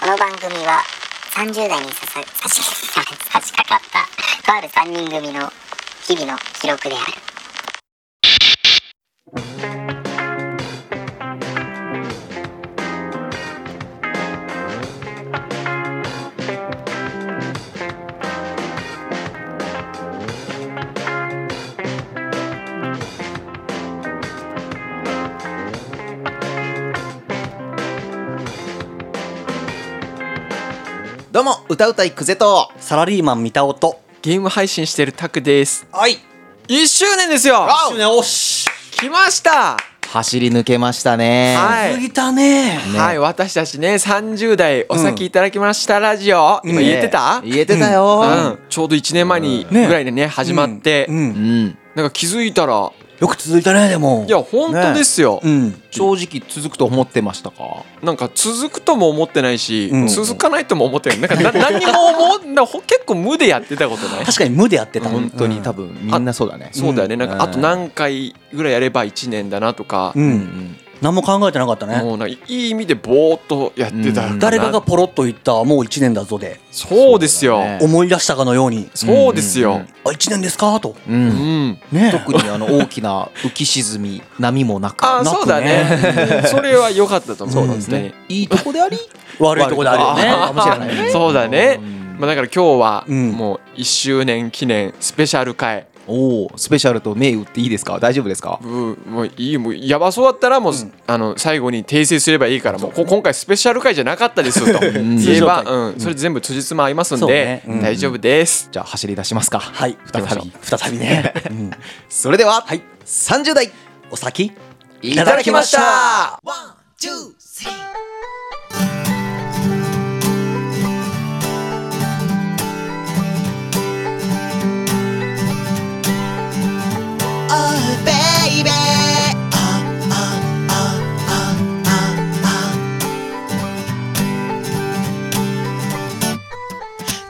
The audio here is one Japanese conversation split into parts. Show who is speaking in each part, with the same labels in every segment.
Speaker 1: この番組は30代にささ差し差し掛かったとある3人組の日々の記録である
Speaker 2: どうも歌うたいクゼと
Speaker 3: サラリーマン三田尾と
Speaker 4: ゲーム配信してるタクです。
Speaker 2: はい
Speaker 4: 1周年ですよ
Speaker 2: あ
Speaker 3: ねおし
Speaker 4: 来ました
Speaker 2: 走り抜けましたね
Speaker 4: はい
Speaker 3: 過ぎた
Speaker 2: ね
Speaker 3: ね
Speaker 4: はい、私たちね、30代お先いただきましたラジオ。今言えてた、
Speaker 2: 言えてたよ
Speaker 4: うん、ちょうど1年前にぐ
Speaker 3: ね
Speaker 4: らいでね、始まって、
Speaker 3: うんうん
Speaker 2: うん
Speaker 4: なんか気づいたら、
Speaker 3: よく続いたねでも
Speaker 4: いや、本当ですよ、
Speaker 3: うん
Speaker 2: 正直続くと思ってましたか
Speaker 4: なんか続くとも思ってないし、
Speaker 3: うん
Speaker 4: 続かないとも思ってない。なんかな何にも思う、なほ結構無でやってたことない
Speaker 3: 確かに無でやってた
Speaker 2: 本当に多
Speaker 3: 分
Speaker 2: 分みんなそうだね
Speaker 4: そうだよね、なん
Speaker 2: うん
Speaker 4: かあと何回ぐらいやれば1年だなとか、
Speaker 3: うん、
Speaker 2: う
Speaker 3: 何も考えてなかったね
Speaker 4: もうなんかいい意味でぼーっとやってたか
Speaker 2: う
Speaker 4: なん
Speaker 3: 誰かがポロッと言ったもう1年だぞで
Speaker 4: そうですよ
Speaker 2: そうだね
Speaker 3: 思い出したかのように
Speaker 4: そうですよ、
Speaker 3: あ1年ですかと
Speaker 2: うんうん
Speaker 4: うん、
Speaker 3: ね
Speaker 2: 特にあの大きな浮き沈み波もなく
Speaker 4: あー
Speaker 3: なく
Speaker 4: そうだ ねそれは良かったと思う
Speaker 3: そう
Speaker 4: 本
Speaker 3: です
Speaker 4: 当に
Speaker 2: ねいいとこで あり
Speaker 3: 悪いとこであるよね
Speaker 4: あー
Speaker 3: かもしれないね
Speaker 4: そうだね
Speaker 2: うん
Speaker 4: まあだから今日は
Speaker 3: うん
Speaker 4: もう1周年記念スペシャル会
Speaker 2: おおスペシャルと銘打っていいですか大丈夫ですか
Speaker 4: うもういいもうやばそうだったらもう、あの最後に訂正すればいいからもうこ今回スペシャル会じゃなかったです と言えば、
Speaker 3: 通常
Speaker 4: うん、それ全部辻褄合いますん
Speaker 3: そう
Speaker 4: で
Speaker 3: ね、うん
Speaker 4: 大丈夫です。
Speaker 2: じゃあ走り出しますかは
Speaker 3: はい
Speaker 2: 再び
Speaker 3: 再び再びね、うん
Speaker 2: それでは30代
Speaker 3: お先
Speaker 2: い
Speaker 3: ただきました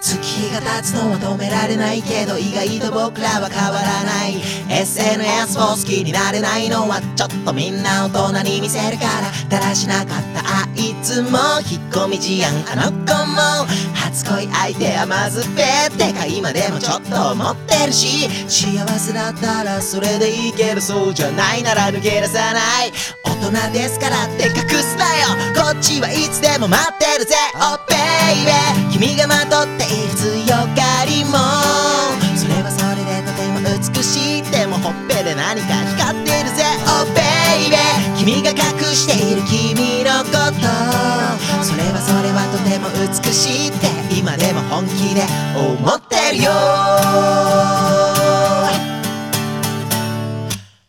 Speaker 5: 月日が経つのは止められないけど意外と僕らは変わらない SNS を好きになれないのはちょっとみんな大人に見せるからだらしなかったあいつも引っ込み思案あの子も初恋相手はまずべってか今でもちょっと思ってるし幸せだったらそれでいいけどそうじゃないなら抜け出さない大人ですからって隠すなよこっちはいつでも待ってるぜ Oh baby 君がまとっている強がりもそれはそれでとても美しいでもほっぺで何か光ってるぜ Oh baby 君が隠している君のことそれはそれはとても美しいって今でも本気で思ってるよ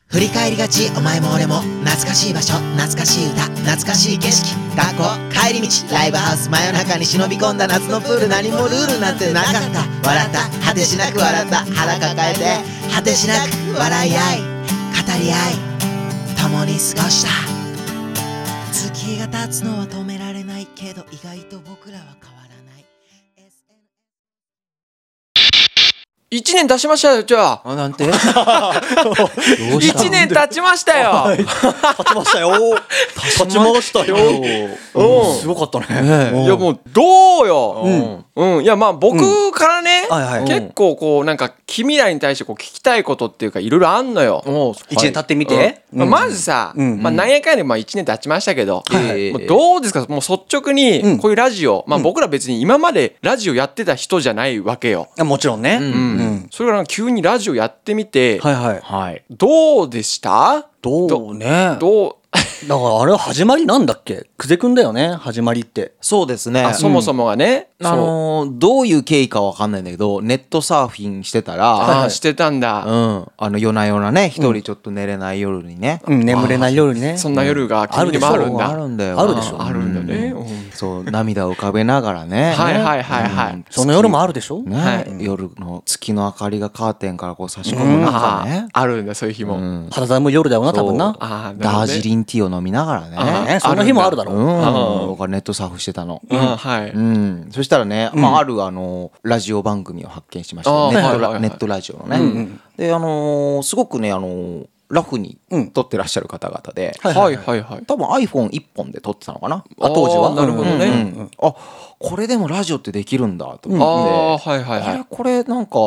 Speaker 5: 振り返りがちお前も俺も懐かしい場所懐かしい歌懐かしい景色学校帰り道ライブハウス真夜中に忍び込んだ夏のプール何もルールなんてなかった笑った果てしなく笑った腹抱えて果てしなく笑い合い語り合い共に過ごした月が経つのは止められないけど意外と僕らは変わらない
Speaker 4: 1年経ちましたよ、じゃあ。
Speaker 2: あなん て
Speaker 3: どうした
Speaker 4: 1年経ちましたよ。
Speaker 3: 立ちましたよ。立ちましたよ。
Speaker 4: うん
Speaker 3: すごかったね。
Speaker 4: いやもうどうよ、うんいやまあ僕からね、
Speaker 3: はいはい
Speaker 4: 結構こうなんか君らに対してこう聞きたいことっていうかいろいろあんのよ。
Speaker 3: 一年経ってみて。
Speaker 4: うんまあまずさ、
Speaker 3: うん
Speaker 4: まあ、なんやかんやでまあ1年経ちましたけど、
Speaker 2: はい
Speaker 4: もうどうですかもう率直
Speaker 3: うん
Speaker 4: にこういうラジオ、まあ、僕ら別に今までラジオやってた人じゃないわけよ。
Speaker 3: あもちろんね。うんん
Speaker 4: それがなんか急にラジオやってみて、
Speaker 3: はいはい。
Speaker 2: はい
Speaker 4: どうでした
Speaker 3: どうね。だか
Speaker 4: どう
Speaker 3: らあれは始まりなんだっけ久世くんだよね。始まりって。
Speaker 2: そうですね
Speaker 4: あそもそもがね、
Speaker 2: あ
Speaker 4: そう
Speaker 2: のーどういう経緯かわかんないんだけどネットサーフィンしてたら、
Speaker 4: あーしてたんだ、
Speaker 2: うん、あの夜な夜なね一人ちょっと寝れない夜にね、
Speaker 3: うん眠れない夜にね。
Speaker 4: そんな夜が君にもあるんだ。
Speaker 2: あるんだよ
Speaker 3: あるでしょ
Speaker 4: あるんだね。うん
Speaker 2: そう涙を浮かべながらね
Speaker 4: はいはいはいはい
Speaker 2: うん
Speaker 3: その夜もあるでしょ。
Speaker 2: ね、
Speaker 4: はい
Speaker 2: 夜の月の明かりがカーテンからこう差し込む中
Speaker 4: あ
Speaker 2: ね
Speaker 4: あ、あるんだ、そういう日も。
Speaker 2: うん
Speaker 3: 肌寒い夜だよな多分な。
Speaker 4: ああ、
Speaker 2: ダージ
Speaker 4: ン。
Speaker 2: リンティーを飲みながら
Speaker 4: あ
Speaker 2: ね
Speaker 3: ねその日もあるだろ
Speaker 2: う
Speaker 3: う。
Speaker 2: ん僕はネットサーフしてたの
Speaker 4: うん、はい。
Speaker 2: うん、そしたらね、まあ、あるあのラジオ番組を発見しました
Speaker 4: あー
Speaker 2: ネット
Speaker 4: はいはいは
Speaker 2: ラ
Speaker 4: い
Speaker 2: ネットラジオのね。であのーすごくねあのーラフに撮ってらっしゃる方々で、
Speaker 4: はいはいはい。
Speaker 2: 多分 iPhone1 本で撮ってたのかな。
Speaker 3: あ当時は
Speaker 4: あーなるほどね。
Speaker 2: うんあこれでもラジオってできるんだと
Speaker 4: ああ
Speaker 2: 思っ
Speaker 4: ー
Speaker 2: て、
Speaker 4: はいはい
Speaker 2: あ
Speaker 4: は
Speaker 2: れ
Speaker 4: い
Speaker 2: これなんか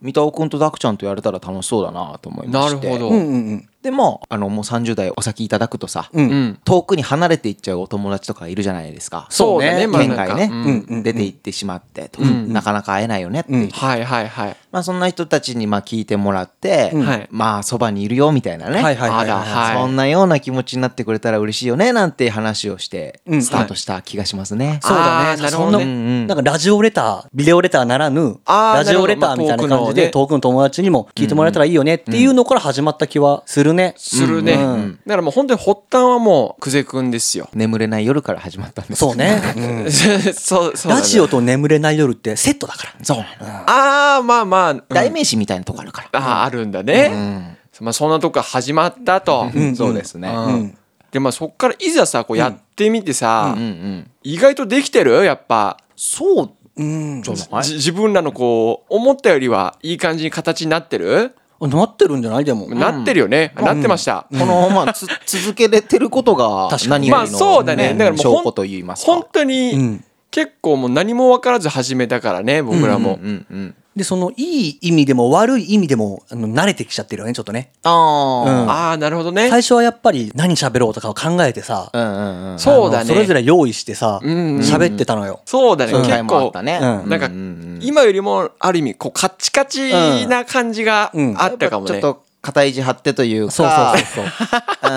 Speaker 2: 三田尾君とダクちゃんとやれたら楽しそうだなと思いま
Speaker 4: な
Speaker 2: し
Speaker 4: る
Speaker 2: て
Speaker 4: ほど、
Speaker 3: うんうん
Speaker 2: でもあのもう30代お先いただくとさ、
Speaker 3: うん。う。
Speaker 4: うんん
Speaker 2: 遠くに離れていっちゃうお友達とかいるじゃないですか
Speaker 4: そうだね
Speaker 3: そうね
Speaker 4: まあ
Speaker 2: 県
Speaker 4: なん
Speaker 2: 外
Speaker 4: か
Speaker 2: ね、
Speaker 4: う
Speaker 3: う
Speaker 4: ん
Speaker 3: ん
Speaker 2: 出て行ってしまってと、
Speaker 4: ん
Speaker 2: なかなか会えないよねっていう、
Speaker 3: うん
Speaker 4: はいはいはい
Speaker 2: まあ、そんな人たちにまあ聞いてもらって、
Speaker 4: んはい
Speaker 2: まあそばにいるよみたいなね、
Speaker 3: はいはいはい
Speaker 4: あら
Speaker 3: はい。
Speaker 4: はい
Speaker 2: そんなような気持ちになってくれたら嬉しいよねなんて話をして
Speaker 3: うん
Speaker 2: スタートした気がしますね。
Speaker 4: そうだね
Speaker 3: あー
Speaker 4: なるほどね
Speaker 3: そんな
Speaker 4: うん
Speaker 2: うん
Speaker 3: なんかラジオレター、ビデオレターならぬ、
Speaker 4: あー
Speaker 3: ラジオレターみたいな感じで、
Speaker 4: なる
Speaker 3: 遠
Speaker 4: ほ
Speaker 3: くの友達にも聞いてもらえたらいいよねっていうのから始まった気はするね。
Speaker 4: するね、
Speaker 3: うん
Speaker 4: だからもう本当に発端はもう久世くんですよ
Speaker 2: 眠れない夜から始まったんです
Speaker 3: そ うね。うん
Speaker 4: そうそうだね
Speaker 3: ラジオと眠れない夜ってセットだから。
Speaker 2: そうなの
Speaker 4: ああまあまあ、うん
Speaker 2: 代名詞みたいなとこあるから、
Speaker 4: あーあるんだね、まあ、そんなとこから始まったと、
Speaker 2: そうですね、
Speaker 4: うんでまあそっからいざさこうやってみてさ、
Speaker 2: うんうん
Speaker 4: 意外とできてるやっぱ
Speaker 2: そう
Speaker 3: うん。
Speaker 2: じゃない
Speaker 4: じ自分らのこう思ったよりはいい感じに形になってる、
Speaker 3: あなってるんじゃないでも。
Speaker 4: なってるよね、なってました、
Speaker 2: このまあつ 続けれてることが
Speaker 3: 確か
Speaker 2: 何
Speaker 3: に
Speaker 2: よ
Speaker 4: ま
Speaker 2: り
Speaker 4: あ
Speaker 2: の、
Speaker 4: そうだね、だからもうほん
Speaker 2: 証拠と言いますか
Speaker 4: 本当
Speaker 3: う
Speaker 4: に
Speaker 3: ん
Speaker 4: 結構もう何も分からず始めたからね僕らも、
Speaker 2: うんうん
Speaker 3: で、そのいい意味でも悪い意味でも、あの、慣れてきちゃってるよね、ちょっとね。
Speaker 2: あ
Speaker 4: ああなるほどね
Speaker 3: 最初はやっぱり何喋ろうとかを考えてさ、
Speaker 2: あ、うん、うんうんうん
Speaker 4: そうだ
Speaker 3: あ
Speaker 4: ね
Speaker 3: のそれぞれ用意してさ、
Speaker 4: うんうんうん
Speaker 3: 喋ってたのよ。
Speaker 4: そうだね
Speaker 2: そういう回
Speaker 4: 結
Speaker 2: もあっ
Speaker 4: 構
Speaker 2: たね
Speaker 3: うん
Speaker 4: なんか
Speaker 2: うんうんうん
Speaker 4: 今よりもある意味こうカッチカチな感じがあったかもね、
Speaker 2: やっぱちょっと肩意地張ってというか
Speaker 3: そうそうそうそう。
Speaker 2: うん、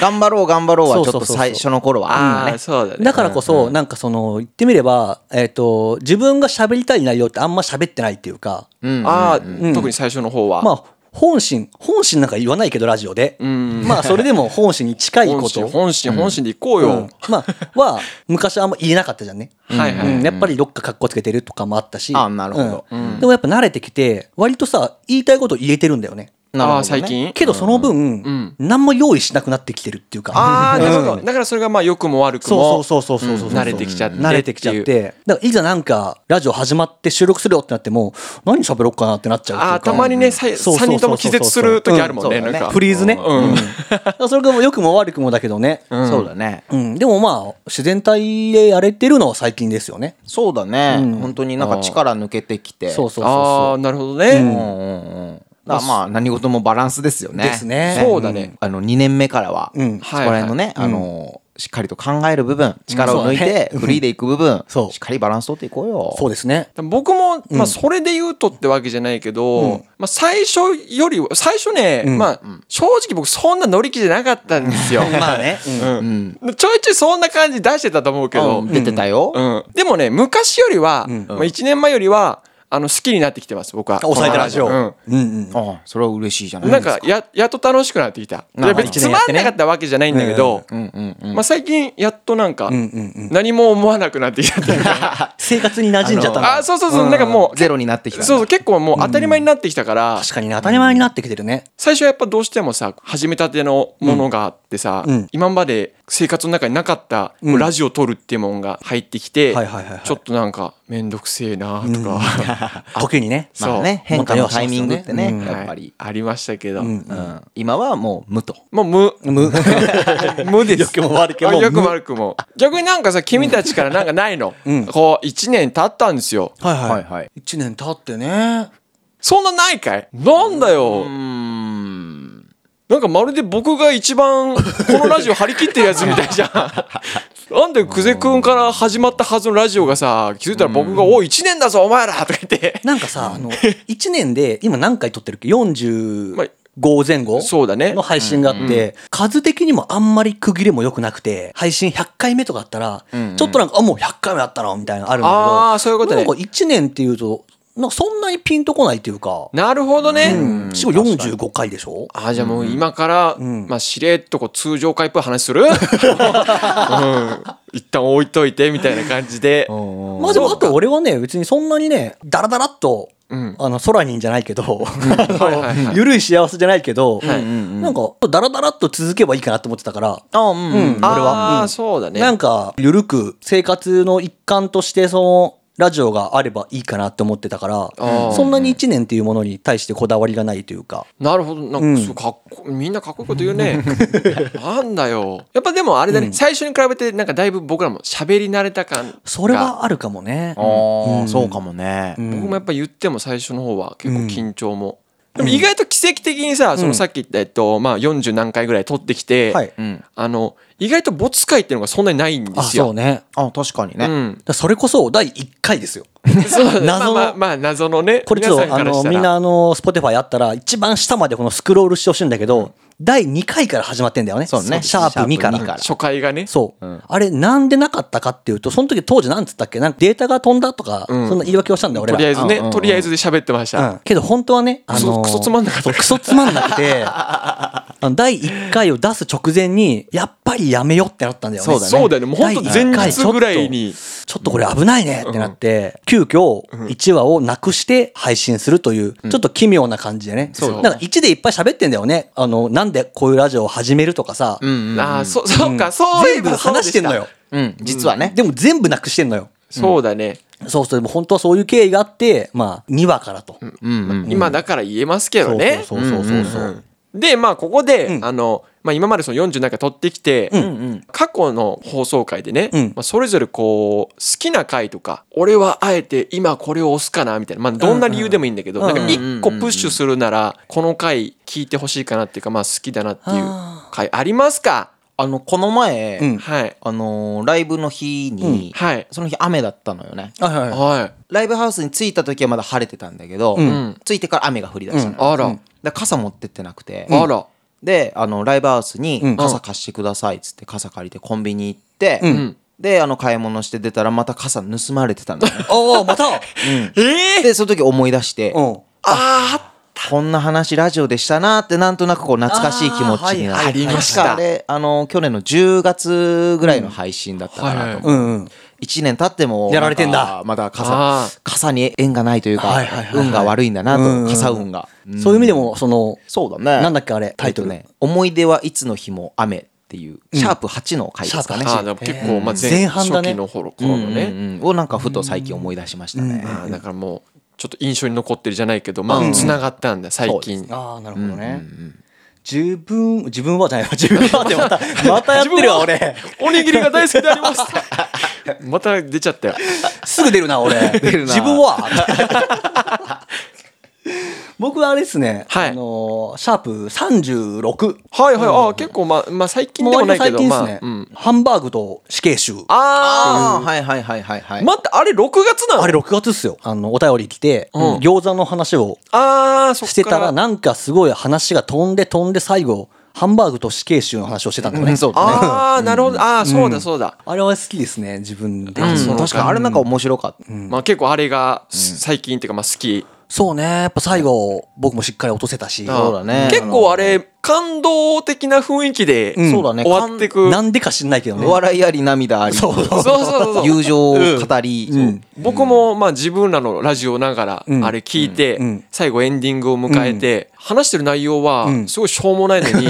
Speaker 2: 頑張ろう頑張ろうはちょっと最初の頃は
Speaker 4: ああーそうだね
Speaker 3: だからこそ、なんかその、言ってみれば、えっ、と、自分が喋りたい内容ってあんま喋ってないっていうか、
Speaker 2: うんうん
Speaker 4: ああ、
Speaker 3: ん
Speaker 4: 特に最初の方は、
Speaker 3: まあ、本心、本心なんか言わないけど、ラジオで。
Speaker 4: ん
Speaker 3: まあ、それでも本心に近いこ
Speaker 4: 本
Speaker 3: と。
Speaker 4: 心本心本心でいこう
Speaker 3: う
Speaker 4: よ、
Speaker 3: んまあ、は、昔あんま言えなかったじゃんね。
Speaker 4: はいはい、
Speaker 3: うん、やっぱりどっか格好つけてるとかもあったし。
Speaker 2: あなるほど
Speaker 3: うんでもやっぱ慣れてきて、割とさ、言いたいこと言えてるんだよね。
Speaker 2: なるほどね
Speaker 4: ああ最近
Speaker 3: けどその分、
Speaker 4: ん
Speaker 3: 何も用意しなくなってきてるっていうか。
Speaker 4: ああなるほど、
Speaker 3: うん
Speaker 4: だからそれがまあ良くも悪く
Speaker 3: そ
Speaker 4: も
Speaker 3: うそうそうそうそうそうそう。
Speaker 4: 慣れてきちゃって
Speaker 3: 慣れてきちゃっ
Speaker 4: っていう
Speaker 3: て。だからいざなんか、ラジオ始まって収録するよってなっても、何喋ろうかなってなっちゃうっていうか。
Speaker 4: あーたまにねさい
Speaker 3: そうそうそうそう
Speaker 4: 3人とも気絶する時あるもんね,、
Speaker 2: うんそうだ
Speaker 4: な
Speaker 2: ね
Speaker 4: んか
Speaker 3: フリーズね。
Speaker 4: うん
Speaker 3: うんそれが良くも悪くもだけどね。
Speaker 2: うんそうだね
Speaker 3: うん。でもまあ、自然体でやれてるのは最近ですよね。
Speaker 2: そうだね、
Speaker 3: うん
Speaker 2: 本当になんか力抜けてきて
Speaker 3: そうそうそう
Speaker 4: あ
Speaker 3: そ
Speaker 4: あなるほどね、
Speaker 2: うんうんうんだからまあ何事もバランスですよね
Speaker 3: ですね
Speaker 4: そうだね
Speaker 2: あの2年目からは、
Speaker 3: うん
Speaker 2: そこら辺のね、あのーしっかりと考える部分力を抜い
Speaker 3: そうだ
Speaker 2: てフリーでいく部分、
Speaker 3: そう
Speaker 2: しっかりバランス取っていこうよ
Speaker 3: う。そうですね。
Speaker 4: 僕も、まあ、それで言うとってわけじゃないけど、まあ、最初より最初ね、
Speaker 3: ん
Speaker 4: まあ、正直僕そんな乗り気じゃなかったんです よ、
Speaker 3: まあね。うん
Speaker 4: うんちょいちょいそんな感じ出してたと思うけど、
Speaker 2: 出てたよ、
Speaker 4: うん、でもね昔よりは、まあ、1年前よりはあの好きになってきてます僕は
Speaker 3: 抑えてラジオ。
Speaker 4: この
Speaker 3: うん
Speaker 2: ああそれは嬉しいじゃな
Speaker 4: う
Speaker 2: い
Speaker 4: ん、
Speaker 2: で
Speaker 4: な
Speaker 2: すか
Speaker 4: んかややっと楽しくなってきたい
Speaker 2: まあ
Speaker 4: や別につまんなかったわけじゃないんだけど、
Speaker 2: うんうんうん
Speaker 4: まあ、最近やっとなんか、
Speaker 3: うんうんうん。
Speaker 4: 何も思わなくなってきたっていうか
Speaker 3: 生活に馴染んじゃったんだ
Speaker 4: あそうそうそう、なんかもう
Speaker 2: ゼロになってきたんだ
Speaker 4: そうそう結構もう当たり前になってきたから、
Speaker 3: 確かにね、当たり前になってきてるね。
Speaker 4: 最初はやっぱどうしてもさ始めたてのものがあってさ、
Speaker 3: うん
Speaker 4: 今まで生活の中になかった、
Speaker 3: うん
Speaker 4: ラジオ撮るっていうもんが入ってきて、
Speaker 3: はいはいはいはい
Speaker 4: ちょっとなんか面倒くせえなとか、
Speaker 3: 時にね。
Speaker 2: まあね
Speaker 3: そう
Speaker 2: 変化のタイミングってね
Speaker 3: う ん
Speaker 2: やっぱり、
Speaker 4: はいありましたけど、
Speaker 3: ん
Speaker 2: うん今はもう無と
Speaker 4: もう無
Speaker 3: む
Speaker 4: 無です
Speaker 3: 良くも悪くも
Speaker 4: あ良くも
Speaker 3: 無
Speaker 4: 悪くも逆になんかさ君たちからなんかないの、
Speaker 3: ん
Speaker 4: こう1年経ったんですよ
Speaker 3: はいはい。
Speaker 2: はいはい
Speaker 3: 1年経ってね。
Speaker 4: そんなないかいなんだよ、
Speaker 2: うん
Speaker 4: なんかまるで僕が一番このラジオ張り切ってるやつみたい じゃん。なんで久世くんから始まったはずのラジオがさ気づいたら僕が「おい1年だぞお前ら!」とか言って
Speaker 3: なんかさ、あの、1年で今何回撮ってるっけ
Speaker 4: まあ
Speaker 3: ?45 前後
Speaker 4: そうだね
Speaker 3: の配信があって、数的にもあんまり区切れも良くなくて、配信100回目とかあったら、ちょっとなんか、あ、もう100回目あったな、みたいなのあるんだけど。
Speaker 4: あーそういうことね
Speaker 3: なんか1年っていうと、なんかそんなにピンとこないっていうか、
Speaker 4: なるほどね、
Speaker 3: うん、しかも45回でしょ
Speaker 4: あじゃあもう今から、
Speaker 3: ん
Speaker 4: まあ、しれっとこう通常回っぽい話 する、うん、一旦置いといてみたいな感じで、
Speaker 3: まあでもあと俺はね別にそんなにねダラダラっと、
Speaker 4: うん
Speaker 3: あの空にんじゃないけど、
Speaker 4: はいはいはい
Speaker 3: ゆるい幸せじゃないけど、
Speaker 4: はい
Speaker 3: なんかダラダラっと続けばいいかなと思ってたから、
Speaker 2: あうん、
Speaker 3: うん俺は
Speaker 4: ああ、
Speaker 3: うん
Speaker 4: そうだね
Speaker 3: なんかゆるく生活の一環としてそのラジオがあればいいかなって思ってたから
Speaker 4: あー
Speaker 3: そんなに1年っていうものに対してこだわりがないというか
Speaker 4: なるほどなんかすごいかっこ、みんなかっこいいこと言うね なんだよやっぱでもあれだね、
Speaker 3: うん
Speaker 4: 最初に比べてなんかだいぶ僕らも喋り慣れた感が
Speaker 3: それはあるかもね。
Speaker 2: あ
Speaker 3: う
Speaker 2: あ
Speaker 3: ん
Speaker 2: そうかもね
Speaker 3: うん
Speaker 4: 僕もやっぱ言っても最初の方は結構緊張も、
Speaker 3: ん
Speaker 4: でも意外と奇跡的にさ、そうの
Speaker 3: ん
Speaker 4: さっき言った、えっとまあ、40何回ぐらい取ってきて、
Speaker 3: はい
Speaker 2: うん
Speaker 4: あの意外と没回っていうのがそんなにないんで
Speaker 3: あ
Speaker 4: す
Speaker 3: そう
Speaker 4: よ。
Speaker 3: ね
Speaker 2: あ確かに
Speaker 4: う
Speaker 2: ね
Speaker 4: ん、
Speaker 3: だそれこそ第1回ですよ
Speaker 4: そう
Speaker 3: 謎の
Speaker 4: まあまあ、まあ、謎のね
Speaker 3: これちょっ
Speaker 4: 皆
Speaker 3: と
Speaker 4: さ
Speaker 3: あ
Speaker 4: んから
Speaker 3: の
Speaker 4: したら
Speaker 3: みんなあの Spotify やったら一番下までこのスクロールしてほしいんだけど第2回から始まってんだよね
Speaker 2: そうね
Speaker 3: シャープ2か
Speaker 2: シャープ2からら
Speaker 4: 初回がね
Speaker 3: そう、
Speaker 2: うん
Speaker 3: あれなんでなかったかっていうとその時当時なんつったっけなんかデータが飛んだとか、
Speaker 4: うん
Speaker 3: そんな言い訳をしたんだよ俺
Speaker 4: と
Speaker 3: ら
Speaker 4: りあえずね、
Speaker 2: うんうんうん
Speaker 4: とりあえずで喋ってました、
Speaker 3: うん、けど本当はね、あ
Speaker 4: クソ
Speaker 3: のー
Speaker 4: クソつまんなかった
Speaker 3: そうクソつまんなく てあの第1回を出す直前にやっぱりやめようってなったんだよね
Speaker 2: そうだね
Speaker 4: そうだよねもうほんと前日ぐらいに
Speaker 3: ちょっとこれ危ないねってなって、急遽1話をなくして配信するという、ちょっと奇妙な感じでね。
Speaker 4: そうだね
Speaker 3: だから1でいっぱい喋ってんだよね。あの、なんでこういうラジオを始めるとかさ。
Speaker 2: うんうん
Speaker 4: ああそそうか、
Speaker 3: うん
Speaker 4: そういえ
Speaker 3: 全部
Speaker 4: ばそうで
Speaker 3: 話
Speaker 4: し
Speaker 3: したてんのよ。
Speaker 2: うん実はね
Speaker 3: でも全部なくしてんのよ。
Speaker 4: そうだね、
Speaker 3: そうそう、でも本当はそういう経緯があって、まあ、2話からと。
Speaker 2: うんうん
Speaker 4: 今だから言えますけど
Speaker 3: そう
Speaker 4: ね
Speaker 3: そうそうそうそう。
Speaker 4: でまあここで、
Speaker 3: うん
Speaker 4: あのまあ、今までその40なんか取ってきて、
Speaker 2: うん
Speaker 4: 過去の放送回でね、
Speaker 3: うん
Speaker 4: まあ、それぞれこう好きな回とか俺はあえて今これを押すかなみたいな、まあ、どんな理由でもいいんだけど、
Speaker 3: うんうん
Speaker 4: なんか1個プッシュするならこの回聞いてほしいかなっていうか、まあ、好きだなっていう
Speaker 3: あ
Speaker 4: 回ありますか
Speaker 2: あのこの前
Speaker 3: うん
Speaker 4: はい
Speaker 2: あのーライブの日に
Speaker 4: うんはい
Speaker 2: その日雨だったのよね
Speaker 3: はいはい
Speaker 4: は
Speaker 2: ライブハウスに着いた時はまだ晴れてたんだけど
Speaker 4: ん
Speaker 2: 着いてから雨が降り出したの
Speaker 4: いあら、
Speaker 2: で傘持ってってなくて
Speaker 4: あら、
Speaker 2: であのライブハウスに
Speaker 3: うん
Speaker 2: 傘貸してくださいっつって傘借りてコンビニ行って、
Speaker 4: ん
Speaker 2: であの買い物して出たらまた傘盗まれて たんだよね
Speaker 3: おお、また
Speaker 4: ええ
Speaker 2: でその時思い出して、
Speaker 3: うん。
Speaker 4: あ
Speaker 2: こんな話ラジオでしたなってなんとなくこう懐かしい気持ちにな
Speaker 3: あーはいはい
Speaker 2: っ
Speaker 3: あ
Speaker 2: て
Speaker 3: り
Speaker 4: ました
Speaker 2: あれあの去年の10月ぐらいの配信だったかなと思う、
Speaker 3: うんうん。
Speaker 2: 1年経っても
Speaker 3: やられてんだ
Speaker 2: なかまだ
Speaker 4: あ
Speaker 2: 傘
Speaker 4: ー
Speaker 2: 傘に縁がないというか、
Speaker 3: はいはいはいはい
Speaker 2: 運が悪いんだなと、
Speaker 3: うんうん
Speaker 2: 傘運が、うん
Speaker 3: そういう意味でも、その、
Speaker 2: そうだね
Speaker 3: なんだっけあれタイトル
Speaker 2: えっとね「思い出はいつの日も雨」っていう、シャープ8の回ですかね
Speaker 4: ああでも結構、まあ、
Speaker 3: 前
Speaker 4: 前
Speaker 3: 半だ
Speaker 4: 初
Speaker 3: ね
Speaker 4: 期の頃頃のね、
Speaker 2: うんうんをなんかふと最近思い出しましたね。
Speaker 4: あーだからもうちょっと印象に残ってるじゃないけどまあつながったんだ最近、
Speaker 3: ああなるほどね、自分自分はじゃないわ自分はってまたまたやってるわ俺
Speaker 4: おにぎりが大好きであります また出ちゃったよ
Speaker 3: すぐ出るな俺
Speaker 2: るな
Speaker 3: 自分は 僕はあれですね、
Speaker 4: はい
Speaker 3: あのーシャープ36
Speaker 4: はいはい、ああ結構まあまあ最近
Speaker 3: もう
Speaker 4: でも
Speaker 3: 割
Speaker 4: な
Speaker 3: と
Speaker 4: いけ
Speaker 3: 最
Speaker 4: ど
Speaker 3: 近です
Speaker 4: ま
Speaker 3: ね
Speaker 4: あ、、うん、
Speaker 3: ハンバーグと死刑囚あ
Speaker 4: あ
Speaker 2: あーはいはいはいはいは
Speaker 4: あ
Speaker 2: い。
Speaker 4: 待ってあれ6月なの
Speaker 3: れ6月っすよあのお便り来て、
Speaker 4: うん
Speaker 3: 餃子の話を
Speaker 4: ああそっから
Speaker 3: してたらなんかすごい話が飛んで飛んで最後ハンバーグと死刑囚の話をしてたんだよね、
Speaker 2: うんそうだね
Speaker 4: ああなるほどああそうだそうだ、
Speaker 3: あれは好きですね自分で、
Speaker 4: うん
Speaker 2: うん確かにあれなんか面白かった。
Speaker 4: まあ結構あれが最近っていうかまあ好き、
Speaker 3: そうね。やっぱ最後、僕もしっかり落とせたし。
Speaker 2: そうだね
Speaker 4: 結構あれ感動的な雰囲気で、
Speaker 3: うん
Speaker 2: そうだね
Speaker 4: 終わってく
Speaker 3: なんでか知んないけどね。
Speaker 2: 笑いあり涙あり。
Speaker 3: そうそう
Speaker 4: そうそうそうそう
Speaker 2: 友情を語り。
Speaker 3: うん
Speaker 4: 僕もまあ自分らのラジオながら
Speaker 3: うん
Speaker 4: あれ聞いて
Speaker 3: うん
Speaker 4: 最後エンディングを迎えて話してる内容は
Speaker 3: ん
Speaker 4: すごいしょうもないのに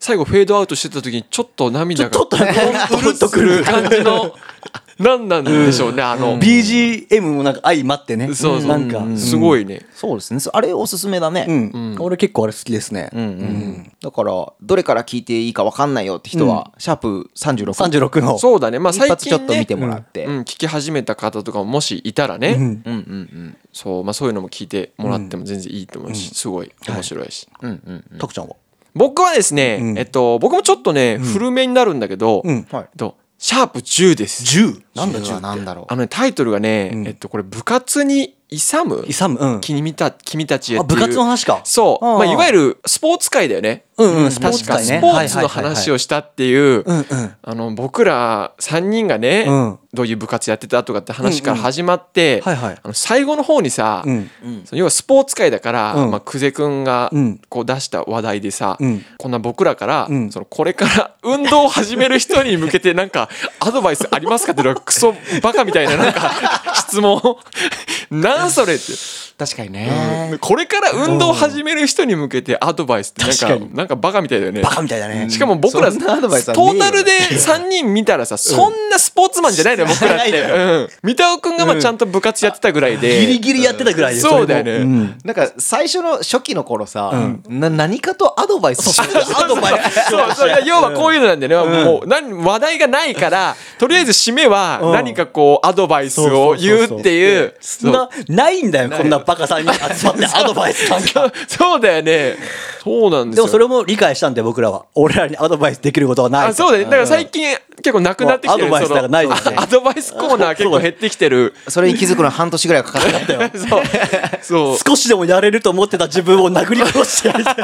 Speaker 4: 最後フェードアウトしてた時にちょっと涙が
Speaker 3: ちょっとね
Speaker 4: うるっとくる感じの何なんでしょうねあの
Speaker 3: BGM もなんか相まってね。
Speaker 4: そうそう
Speaker 3: なんか、
Speaker 4: すご
Speaker 3: い。
Speaker 4: いね
Speaker 2: そうですね。あれおすすめだ
Speaker 3: う
Speaker 2: ね。
Speaker 3: ん。俺結構あれ好きですね。
Speaker 2: うんうんだからどれから聞いていいかわかんないよって人はシャープ36
Speaker 3: 36の。
Speaker 4: そうだねまあ
Speaker 2: 一
Speaker 4: 最
Speaker 2: 発ち
Speaker 4: 近
Speaker 2: ょっと見
Speaker 4: ね
Speaker 2: てもらって。
Speaker 4: うん聞き始めた方とかももしいたら
Speaker 3: う
Speaker 4: ね
Speaker 3: ん。
Speaker 2: うんうん
Speaker 4: そうまあそういうのも聞いてもらっても全然いいと思うしすごい面白いし
Speaker 2: うんうんうん
Speaker 3: 徳ちゃんは。
Speaker 4: 僕はですね
Speaker 3: うん
Speaker 4: えっと僕もちょっとね古めになるんだけど
Speaker 3: うん
Speaker 2: うん。はい
Speaker 4: えっ。とシャープ10です
Speaker 3: 10。なんだ
Speaker 2: それは
Speaker 3: 10。
Speaker 2: なんだろう
Speaker 4: あ。のねタイトルがね、
Speaker 3: うん
Speaker 4: えっとこれ部活に勇む
Speaker 3: イサム。うん。
Speaker 4: 君た君たちへっ
Speaker 3: あ、
Speaker 4: ていう
Speaker 3: 部活の話か。
Speaker 4: そう
Speaker 3: ああ
Speaker 4: まあ、いわゆるスポーツ界だよね
Speaker 3: うんうん、ス
Speaker 4: ス
Speaker 3: ポーツ界ね。
Speaker 4: スポーツの話を
Speaker 3: し
Speaker 4: したっていう
Speaker 3: うんうん。
Speaker 4: あの僕ら3人がね、
Speaker 3: うん
Speaker 4: どういう部活やってたとかって話から始まって、
Speaker 3: はいはい。
Speaker 4: あの最後の方にさ、
Speaker 3: うん。
Speaker 4: その要はスポーツ界だから、
Speaker 3: うん
Speaker 4: まあ、久世君が
Speaker 3: うん
Speaker 4: こう出した話題でさ、
Speaker 3: うん
Speaker 4: こんな僕らから、
Speaker 3: うん
Speaker 4: そのこれから運動を始める人に向けてなんかアドバイスありますかっていうのはクソバカみたいななんか質問なんそれって確かにね、これから運動を始める人に向けてアドバイスってなんか
Speaker 3: 確かに
Speaker 4: なんかバカみたいだよね
Speaker 3: バカみたいだね
Speaker 4: しかも僕ら
Speaker 2: そ
Speaker 4: ト
Speaker 2: んなアドバイスはねえよ
Speaker 4: ータルで3人見たらさ、そんなスポーツマンじゃないのよ僕らっ
Speaker 3: して
Speaker 4: て、
Speaker 3: ない
Speaker 4: うん、三田尾君がまあちゃんと部活やってたぐらいで
Speaker 3: ギリギリやってたぐらいで
Speaker 4: そうだよ
Speaker 3: れ
Speaker 4: ね、
Speaker 3: も
Speaker 2: なんか最初の初期の頃さ、な何かとアドバイスして た
Speaker 3: アドバイス
Speaker 4: そうそういや要はこういうのなんでね、もう何話題がないからとりあえず締めは
Speaker 3: うん
Speaker 4: 何かこうアドバイスを言うっていう
Speaker 3: そんなないんだよこんなバカさんに 集まってアドバイスなんか
Speaker 4: そうそうだよねそうなんです
Speaker 3: で
Speaker 4: よ
Speaker 3: もそれも理解したんで僕らは俺らにアドバイスできることはない
Speaker 4: あそうだねだから最近結構なくなってきてる
Speaker 3: もうアドバイスなんかないですね
Speaker 4: そのアドバイスコーナー結構減ってきてる
Speaker 2: それに気づくの半年ぐらいかかったよ
Speaker 4: そうそう
Speaker 3: 少しでもやれると思ってた自分を殴り殺してやりたい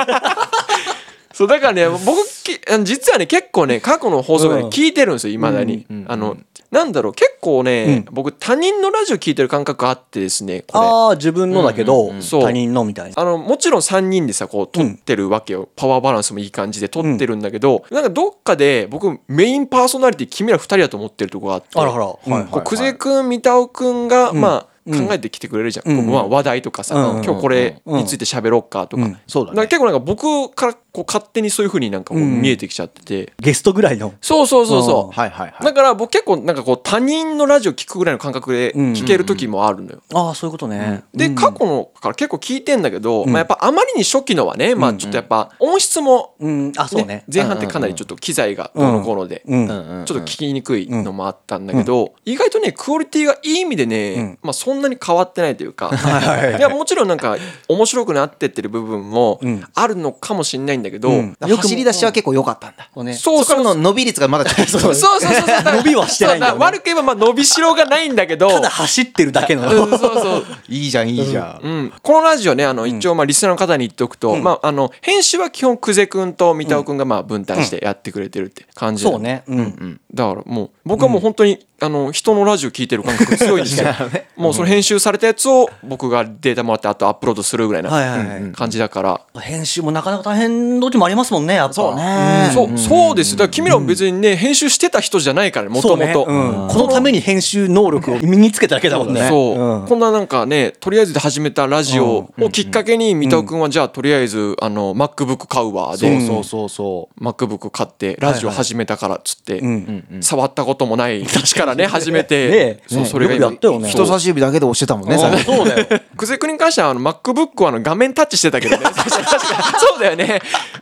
Speaker 4: そうだからね僕きあの実はね結構ね過去の放送がね
Speaker 3: うん
Speaker 4: 聞いてるんですよいまだに、あのなんだろう結構ね、僕他人のラジオ聞いてる感覚あってですねこれ
Speaker 3: ああ自分のだけど
Speaker 4: そう
Speaker 3: 他人のみたいな
Speaker 4: あのもちろん3人でさこう撮ってるわけよ、パワーバランスもいい感じで撮ってるんだけど、なんかどっかで僕メインパーソナリティ君ら2人だと思ってるとこがあって
Speaker 3: あらあら
Speaker 4: こ
Speaker 3: はいはいう
Speaker 4: 久世君三田尾君が、まあ考えてきてくれるじゃん、
Speaker 3: うん
Speaker 4: こうまあ、話題とかさ、
Speaker 3: うんうんうん
Speaker 4: 今日これについて喋ろうかとか,、
Speaker 3: うん
Speaker 2: そうだ
Speaker 4: か
Speaker 2: ね
Speaker 4: ら結構なんか僕からこう勝手にそういう風になんかこう
Speaker 3: うん
Speaker 4: 見えてきちゃってて、
Speaker 3: ゲストぐらいの
Speaker 4: そうそうそうそう、
Speaker 3: うん
Speaker 2: はいはいは
Speaker 4: だ
Speaker 2: い
Speaker 4: から僕結構なんかこう他人のラジオ聞くぐらいの感覚で聞ける時もあるのよ、
Speaker 3: ああそういうことね
Speaker 4: で過去のから結構聞いてんだけど、まあ、やっぱあまりに初期のはね、まあ、ちょっとやっぱ音質も、ね
Speaker 3: うんあそうね
Speaker 4: 前半ってかなりちょっと機材がどうのこうので、
Speaker 3: うん
Speaker 2: うんうんうん
Speaker 4: ちょっと聞きにくいのもあったんだけど、意外とねクオリティがいい意味でね、
Speaker 3: ん
Speaker 4: まあ、そんなに変わってないというか。
Speaker 3: はい
Speaker 4: いやもちろんなんか面白くなってってる部分も
Speaker 3: うん
Speaker 4: あるのかもしれないんだけど、
Speaker 3: うん
Speaker 2: だから走り出しは結構良かったんだ、
Speaker 3: ね
Speaker 4: そう
Speaker 2: そ
Speaker 4: そ
Speaker 2: こ
Speaker 4: う
Speaker 2: からの伸び率がまだちょっと
Speaker 4: そうそうそうそうだから
Speaker 3: 伸びはしてないんだよね
Speaker 4: そうから悪く言えばまあ伸びしろがないんだけど
Speaker 3: ただ走ってるだけの
Speaker 4: うんそうそう
Speaker 2: いいじゃんいいじゃん、
Speaker 4: うん、このラジオねあの一応まあリスナーの方に言っておくと、まあ、あの編集は基本久世君と三田尾君がまあ分担してやってくれてるって感じで
Speaker 3: そうねうん
Speaker 4: だからもう僕はもう本当に、あの人のラジオ聞いてる感覚強 いんですよもうその編集されたやつを僕がデータもらってあとアップロードするぐらい
Speaker 3: はいはい
Speaker 4: な
Speaker 3: はい
Speaker 4: うん感じだから、
Speaker 3: 編集もなかなか大変どっちもありますもんねやっぱそう
Speaker 2: ね
Speaker 4: そうそうですよだから君らも別にね編集してた人じゃないからもとも
Speaker 3: ね
Speaker 4: と。
Speaker 3: うんこのために編集能力を身につけただけだもんね
Speaker 4: そう、
Speaker 3: うん
Speaker 4: こんななんかねとりあえずで始めたラジオをきっかけに三田尾君はじゃあとりあえずあの MacBook 買うわで、
Speaker 2: そうそうそう
Speaker 4: MacBook 買ってラジオ始めたからっつって、
Speaker 3: うん
Speaker 4: 触ったこともない一からね始めて、
Speaker 3: ねえ
Speaker 4: そう
Speaker 3: ねえ
Speaker 4: それが
Speaker 3: よくやったよね
Speaker 2: 人差し指だけで押してたもんね最初
Speaker 3: そうだよ
Speaker 4: クゼクに関してはあの MacBook はあの画面タッチしてたけどね確かにそうだよね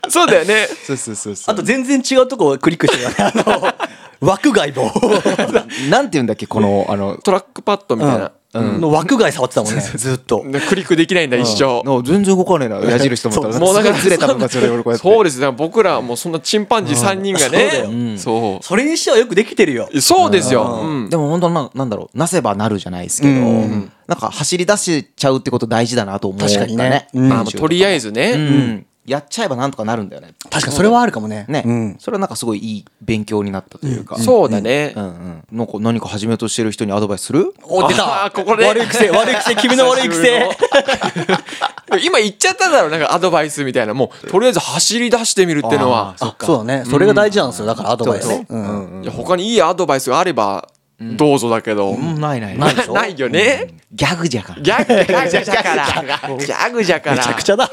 Speaker 4: そうだよね
Speaker 2: そうそうそうそ
Speaker 3: あ
Speaker 2: う
Speaker 3: と全然違うとこをクリックしてるから ねあの枠外 の
Speaker 2: なんて言うんだっけこのあの
Speaker 4: トラックパッドみたいな、
Speaker 3: の枠外触ってたもんねずっと
Speaker 4: でクリックできないんだ一生、
Speaker 2: なんか全然動かねえな矢印と思ったら
Speaker 4: もうだから
Speaker 2: すごいずれたのがそれ俺こうやって
Speaker 4: そうですだから僕らはもうそんなチンパンジー3人が
Speaker 3: そうだよ
Speaker 4: ね、そう
Speaker 3: それにしてはよくできてるよ
Speaker 4: そうですよ、うん
Speaker 2: でも本当ななんだろうなせばなるじゃないですけど、なんか走り出しちゃうってこと大事だなと思ったね
Speaker 3: 確かにねうん
Speaker 4: まあ、とりあえずね、
Speaker 2: うんやっちゃえばなんとかなるんだよね
Speaker 3: 確かにそれはあるかもね
Speaker 2: ね、
Speaker 3: うん
Speaker 2: それはなんかすごいいい勉強になったというか、
Speaker 4: そうだね、
Speaker 2: うんうんなんか何か始めようとしてる人にアドバイスする
Speaker 3: お出た
Speaker 4: あーここで
Speaker 3: 悪い癖悪い 癖君の悪い癖
Speaker 4: 今言っちゃっただろなんかアドバイスみたいなもうとりあえず走り出してみるっていうのは
Speaker 3: あそうだねそれが大事なんですよだからアドバイスねうん
Speaker 4: いや他にいいアドバイスがあればどうぞだけど、
Speaker 2: うんないないな
Speaker 4: な
Speaker 2: い
Speaker 4: いないよね、
Speaker 2: ギャグじゃから
Speaker 4: ギャグギャグじゃ からギャグじゃから
Speaker 3: めちゃくちゃだ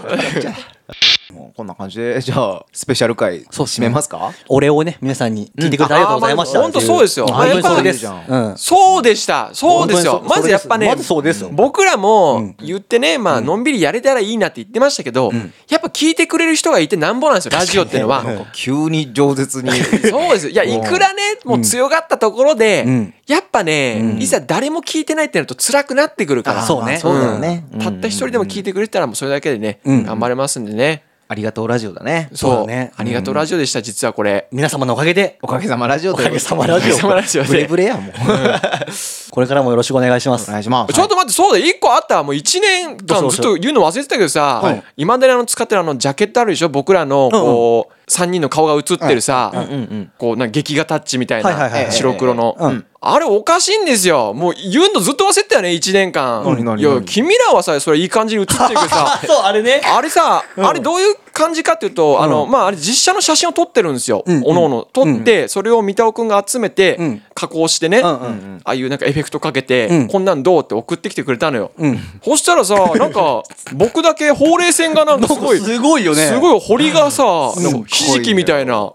Speaker 2: もうこんな感じでじゃあスペシャル回締めますか
Speaker 3: お礼をね皆さんに聞いてくれてありがとうございました
Speaker 4: うんあーまあ本当そうですよ
Speaker 3: 本当にそれで
Speaker 2: いいじ
Speaker 3: す
Speaker 2: ゃん
Speaker 3: うん
Speaker 4: そうでしたそうですよ
Speaker 3: 本当にそ
Speaker 4: まずやっぱ
Speaker 3: それですま
Speaker 4: ね
Speaker 3: ずそうですよ
Speaker 4: 僕らも言ってね、まあのんびりやれたらいいなって言ってましたけど、やっぱ聞いてくれる人がいてなんぼなんですよラジオっていうのは。
Speaker 2: 急に饒舌に
Speaker 4: そうですよいやいくらねもう強がったところで、
Speaker 3: ん
Speaker 4: やっぱね、いざ誰も聞いてないってなると辛くなってくるから
Speaker 3: あそうね
Speaker 4: ん
Speaker 3: そう
Speaker 2: だよねうん
Speaker 4: たった一人でも聞いてくれてたらもうそれだけでね、頑張れますんでね
Speaker 2: ありがとうラジオだね
Speaker 4: そう
Speaker 3: そうだね
Speaker 4: ありがとうラジオでした実はこれ。
Speaker 3: 皆様のおかげで
Speaker 2: おかげさまラジオお
Speaker 3: おかげさまラジ
Speaker 4: おかげさまラジオ
Speaker 2: オ
Speaker 4: で
Speaker 2: ブレブレやもう
Speaker 3: これからもよろしくお願いします
Speaker 2: お願いします
Speaker 4: ちょっと待って、そうだ、1個あった。もう1年
Speaker 3: ど
Speaker 4: 間
Speaker 3: う
Speaker 4: ず
Speaker 3: し
Speaker 4: っ
Speaker 3: ましょ
Speaker 4: と言うの忘れてたけどさ、いまだにあの使ってるあのジャケットあるでしょ僕らの、こう、3人の顔が映ってるさ、こう、なんか劇画タッチみたい
Speaker 3: はいはいはいは
Speaker 4: な、
Speaker 3: い
Speaker 4: 白黒の
Speaker 3: うん。
Speaker 4: あれおかしいんですよ。もう言うのずっと忘れてたよね、1年間。
Speaker 2: 何何
Speaker 4: いや、
Speaker 2: 何
Speaker 3: 、
Speaker 4: 君らはさ、それいい感じに映ってるけどさ
Speaker 3: そうあれね
Speaker 4: あれさ、あれどういう感じかっていうと、あの、まあ、あれ実写の写真を撮ってるんですよ。
Speaker 3: うん
Speaker 4: おのおの撮って、それを三田尾くんが集めて、
Speaker 3: うん
Speaker 4: 加工してね、
Speaker 3: うんう
Speaker 4: あ
Speaker 3: ん
Speaker 4: あいうなんかエフェクトかけて、
Speaker 3: うん
Speaker 4: こんなんどうって送ってきてくれたのよ。
Speaker 3: うん
Speaker 4: そしたらさ、な んか、僕だけほうれい線がなんかすごい、
Speaker 3: すごいよね
Speaker 4: すごい彫りがさ、なん
Speaker 2: ごい
Speaker 4: かひじきみたいな。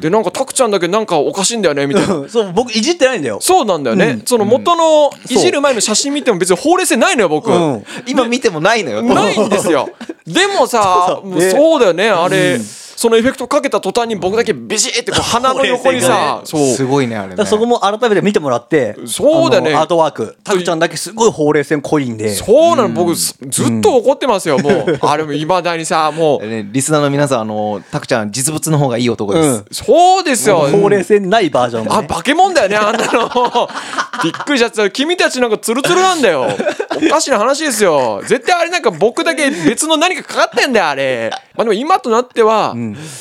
Speaker 4: で、なんか、たくちゃんだけなんかおかしいんだよね、みたいな。
Speaker 3: そう僕いじってないんだよ
Speaker 4: そうなんだよね。
Speaker 3: うん
Speaker 4: その元の
Speaker 3: う
Speaker 4: いじる前の写真見ても別にほうれい線ないのよ、僕。
Speaker 3: うん
Speaker 2: 今見てもないのよ
Speaker 4: ないんで すよ。でもさ、もう
Speaker 3: ね
Speaker 4: そうだよね、あれ、そのエフェクトかけた途端に僕だけビシッ てこう鼻の横にさ、そう。
Speaker 2: すごいねあれ
Speaker 3: だからそこも改めて見てもらって
Speaker 4: そうだね
Speaker 3: あのアートワークタクちゃんだけすごいほうれい線濃いんで
Speaker 4: そうなの、僕ずずっと怒ってますよ、もう。あれも未だにさ、もう。
Speaker 2: ねリスナーの皆さんあのタクちゃん実物の方がいい男です、
Speaker 4: そうですよ。
Speaker 3: ほうれい線ないバージョン
Speaker 4: あ、
Speaker 3: のね
Speaker 4: 化け物だよね、あんなの。 びっくりしちゃった。君たちなんかツルツルなんだよ。おかしな話ですよ。絶対あれなんか僕だけ別の何かかかってんだよ、あれ。まあでも今となっては、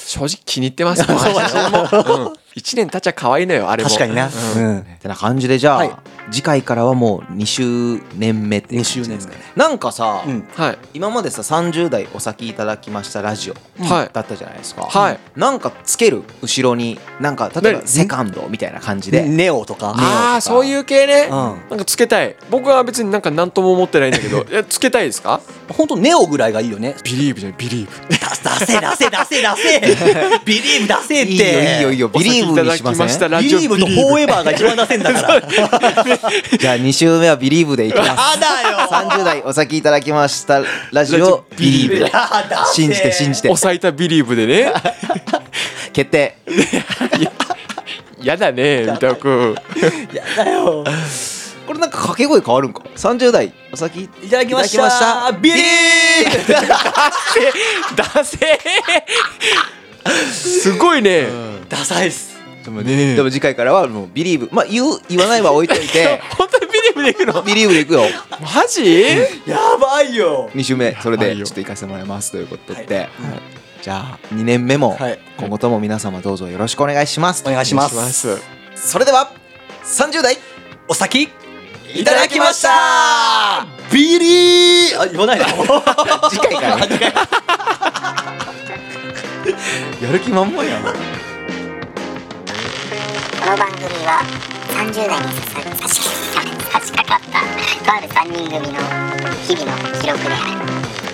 Speaker 4: 正直気に入ってます。この写真も。1年経っちゃ可愛いのよ、あれも。
Speaker 3: 確かになうん
Speaker 2: ってな感じでじゃあ、
Speaker 3: はい
Speaker 2: 次回からはもう2周年目って2周年ですかねなんかさ、
Speaker 3: うん
Speaker 4: はい。
Speaker 2: 今までさ30代お先いただきましたラジオ、
Speaker 4: はい
Speaker 2: だったじゃないですか、
Speaker 4: はい
Speaker 2: なんかつける後ろになんか例えば
Speaker 4: ね
Speaker 2: セカンドみたいな感じで、
Speaker 3: ネオとか
Speaker 4: ああ、そういう系ね。
Speaker 3: ん
Speaker 4: なんかつけたい。僕は別になんか何とも思ってないんだけど、えつけたいですか
Speaker 3: 本当ネオぐらいがいいよね
Speaker 4: ビリーブじゃない、ビリーブ。
Speaker 3: 出せ出せ出せ出 せビリーブ出せって
Speaker 2: いいよいいよいいよビリーブにしま
Speaker 4: お先いただきまし
Speaker 2: せ
Speaker 4: た
Speaker 2: ん
Speaker 4: ラ
Speaker 3: ビ
Speaker 4: ジオ
Speaker 3: リーブとフォーエバーが一番出せんだから
Speaker 2: じゃあ2周目はビリーブでいきます
Speaker 3: あだよ
Speaker 2: 30代お先いただきましたラジオビリーブで
Speaker 3: あだ
Speaker 2: 信じて信 じて
Speaker 4: 抑えたビリーブでね。
Speaker 2: 決定
Speaker 4: やだね、三田君。
Speaker 3: やだよ
Speaker 2: これなんか掛け声変わるんか30代お先い
Speaker 3: いただきましたビリー
Speaker 4: ダセーすごいね、
Speaker 3: ブダサいっす
Speaker 2: でも,、でも次回からはもうビリーブまあ言う言わないは置いといて
Speaker 4: 本当にビリブで行くの
Speaker 2: ビリーブでいくよ
Speaker 4: マジ
Speaker 3: やばいよ
Speaker 2: 2週目それ
Speaker 4: や
Speaker 2: で
Speaker 4: ばい
Speaker 2: ちょ
Speaker 4: よ
Speaker 2: っと行かせてもらいますということで、
Speaker 3: は
Speaker 2: はいじゃあ2年目も
Speaker 3: はい
Speaker 2: 今後とも皆様どうぞよろしくお願いします
Speaker 3: お願いし
Speaker 4: し
Speaker 3: ま
Speaker 4: ますす
Speaker 2: それでは30代
Speaker 3: お先
Speaker 2: いただきました
Speaker 3: ビリーあ言わないの
Speaker 2: 次回からねやる気満々やな
Speaker 1: この番組は30代にささ差し差し掛かったとある3人組の日々の記録である